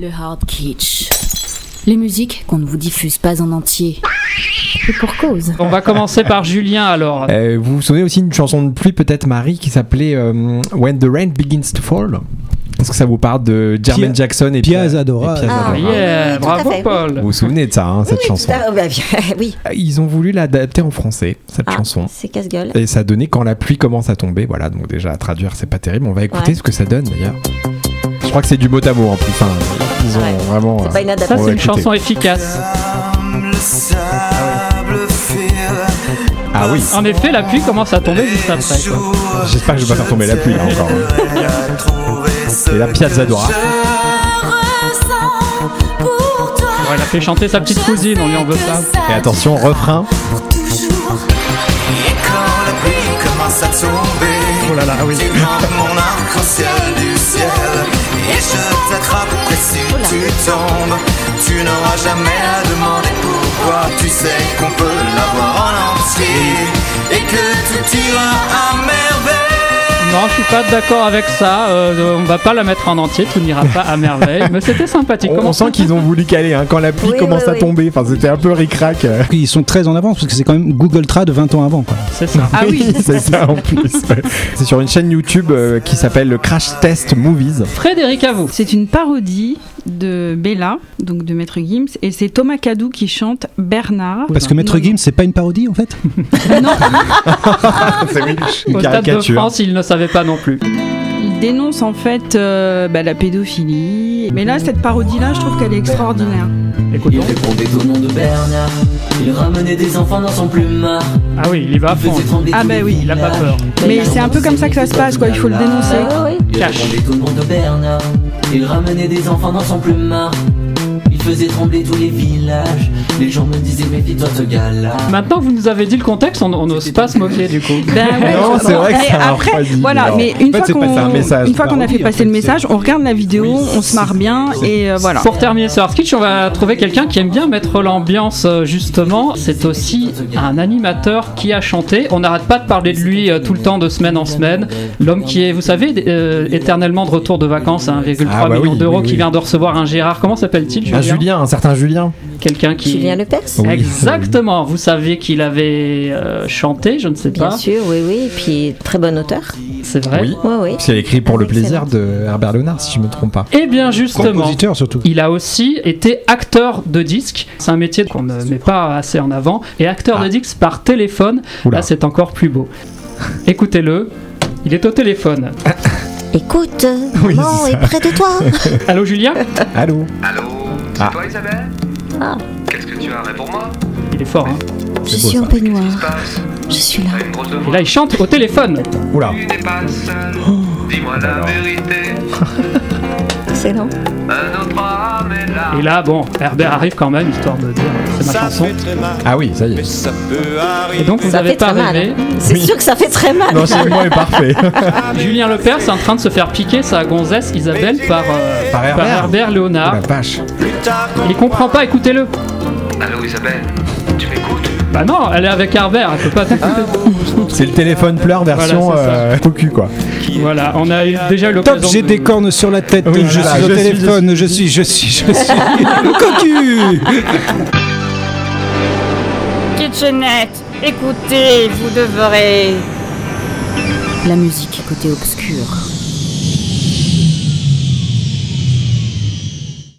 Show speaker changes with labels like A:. A: Le hard kitsch. Les musiques qu'on ne vous diffuse pas en entier. Et pour cause.
B: On va commencer par Julien alors.
C: Ah,
D: Euh, vous vous souvenez aussi d'une chanson de pluie, peut-être Marie, qui s'appelait euh, When the Rain Begins to Fall Est-ce que ça vous parle de Jermaine
E: Pia-
D: Jackson et Pia-
E: Pia Zadora.
D: et Pia
C: Ah,
D: Zadora.
B: Yeah,
C: oui, tout à
B: bravo
C: fait, oui.
B: Paul.
D: Vous vous souvenez de ça, hein, cette
C: oui,
D: chanson
C: tout à- bah, bien, oui.
D: Ils ont voulu l'adapter en français, cette
C: Ah,
D: chanson.
C: c'est casse-gueule.
D: Et ça donnait quand la pluie commence à tomber. Voilà, donc déjà à traduire, c'est pas terrible. On va écouter
C: Ouais.
D: ce que ça donne d'ailleurs. Je crois que c'est du mot à mot en plus. Enfin, ils ont
C: Ouais.
D: vraiment. euh,
C: C'est pas une
B: Ça,
D: On
C: adaptation.
D: va
B: c'est une
D: écouter.
B: chanson efficace.
F: Le sable file
D: Ah oui,
B: En effet, la pluie commence à tomber juste après. quoi.
F: sous.
D: j'espère que je vais pas faire tomber la pluie là encore. hein.
F: J'aimerais trouver ce
D: Et la Piazza Dora.
B: Ouais, elle a fait chanter sa petite cousine, on lui en veut pas.
D: Et attention, refrain.
F: Quand la pluie commence à tomber,
B: Oh
F: tu grandes mon arc-en-ciel du ciel. Et je t'attrape, et si tu tombes, tu n'auras jamais à demander pourquoi. Tu sais qu'on peut l'avoir en entier et que tout ira à merveille.
B: Non, je suis pas d'accord avec ça. euh, on va pas la mettre en entier, tout n'ira pas à merveille. Mais c'était sympathique.
D: On, on
B: Comment
D: sent qu'ils ont voulu caler hein, quand la pluie
C: Oui,
D: commence
C: oui,
D: à
C: oui.
D: tomber. Enfin, c'était un peu ric-rac. euh.
E: Ils sont très en avance parce que c'est quand même Google Trad 20 ans avant. Quoi.
B: C'est ça. Ah oui.
D: c'est ça en plus. c'est sur une chaîne YouTube euh, qui s'appelle le Crash Test Movies.
B: Frédéric, à vous.
G: C'est une parodie de Bella, donc de Maître Gims, et c'est Thomas Cadou qui chante Bernard.
E: Parce que Maître Gims, c'est pas une parodie en fait
C: Ah,
D: c'est oui, une
B: Au Stade de
D: caricature.
B: France, il ne savait pas non plus.
G: Il dénonce en fait euh, bah, la pédophilie. Mais là, cette parodie-là, je trouve qu'elle est extraordinaire.
B: Écoutons.
H: répondait au nom de Bernard. Il ramenait des enfants dans son plumard.
B: Ah oui, il y va à fond.
H: trembler
G: Ah
H: tous
G: bah
H: les
G: oui,
B: Il a pas peur.
G: Mais c'est un peu comme ça que ça se passe, quoi. Il faut le dénoncer.
C: Ah oui,
H: Il
B: Cache.
H: répondait au nom de Bernard. Il ramenait des enfants dans son plumard. Il faisait trembler tous les villages. Les gens me disaient, méfie-toi de ce gars-là.
B: Maintenant que vous nous avez dit le contexte, on on n'ose pas se moquer du coup.
G: Ben ouais,
D: Non,
G: je
D: c'est
G: comprends.
D: vrai que
G: Mais
D: ça a
G: après,
D: refroidi,
G: voilà,
D: alors.
G: mais
D: En
G: une
D: fait,
G: fois
D: c'est
G: qu'on
D: passer un message.
G: une fois qu'on a fait
E: Parodie, en
G: passer
E: fait,
G: le message,
E: c'est-
G: on regarde la vidéo, on se marre bien et euh, voilà.
B: Pour terminer ce hard sketch, on va trouver quelqu'un qui aime bien mettre l'ambiance euh, justement. C'est aussi un animateur qui a chanté. On n'arrête pas de parler de lui euh, tout le temps, de semaine en semaine. L'homme qui est, vous savez, euh, éternellement de retour de vacances à 1,3
D: Ah bah oui,
B: million d'euros,
D: oui, oui.
B: qui vient de recevoir un Gérard. Comment s'appelle-t-il Julien
D: Un Julien, un certain Julien.
B: Quelqu'un qui.
C: Julien Lepers
D: Oui.
B: Exactement. Vous saviez qu'il avait euh, chanté, je ne sais
C: Bien
B: pas.
C: sûr, oui, oui. Et puis, très bon auteur.
B: C'est vrai.
D: Oui.
C: Oui, oui.
D: C'est écrit pour le plaisir de Herbert Léonard, si je me trompe pas.
B: Eh bien justement.
E: Compositeur surtout.
B: Il a aussi été acteur de disques. C'est un métier qu'on ne met pas assez en avant. Et acteur
D: Ah.
B: de disques par téléphone,
D: Oula.
B: là c'est encore plus beau. Écoutez-le. Il est au téléphone.
C: Écoute,
D: Oui,
C: maman
D: c'est
C: est
D: ça.
C: près de toi.
B: Allô Julien
D: Allô
I: Allô, c'est
D: Ah.
I: toi Oh, Isabelle
C: Ah.
I: Qu'est-ce que tu aurais pour moi
B: Il est fort. hein.
C: Je
D: beau,
C: suis en
D: ça.
I: Qu'est-ce qui se
C: peignoir.
I: passe
C: Je suis là.
I: T'as une grosse
B: Et
I: voix
B: là il chante au téléphone.
D: Oula.
I: Tu n'es pas seul
H: Oh.
I: Dis-moi la vérité
C: Excellent.
I: Un autre âme est là
B: Et là bon, Herbert arrive quand même histoire de dire c'est ma chanson.
F: très mal,
D: Ah oui, ça y est.
F: ça peut
B: Et
F: arriver.
B: donc vous
C: Ça
B: n'avez
C: fait
B: pas
C: très mal. hein.
B: rêvé.
C: C'est
D: Oui.
C: sûr que ça fait très mal.
D: L'enchaînement est parfait.
B: Julien Lepers est en train de se faire piquer sa gonzesse Isabelle par, euh,
D: Par
B: par
D: Herbert.
B: Herbert
D: Oh la
B: Léonard.
D: vache.
B: Il comprend pas, écoutez-le.
I: Allô Isabelle, tu m'écoutes
B: Bah non, elle est avec Herbert, elle peut pas t'écouter.
D: C'est le téléphone pleure version
B: Voilà, c'est ça.
D: euh, au cul, quoi.
B: Voilà, on a eu- déjà eu
E: Top,
B: l'occasion.
E: j'ai
B: de-
E: des cornes sur la tête,
D: Oui,
E: je
D: voilà,
E: suis au
D: je suis-
E: téléphone, je suis, je suis, je suis. Cocu
J: Kitchenette, écoutez, vous devrez.
A: La musique côté obscur.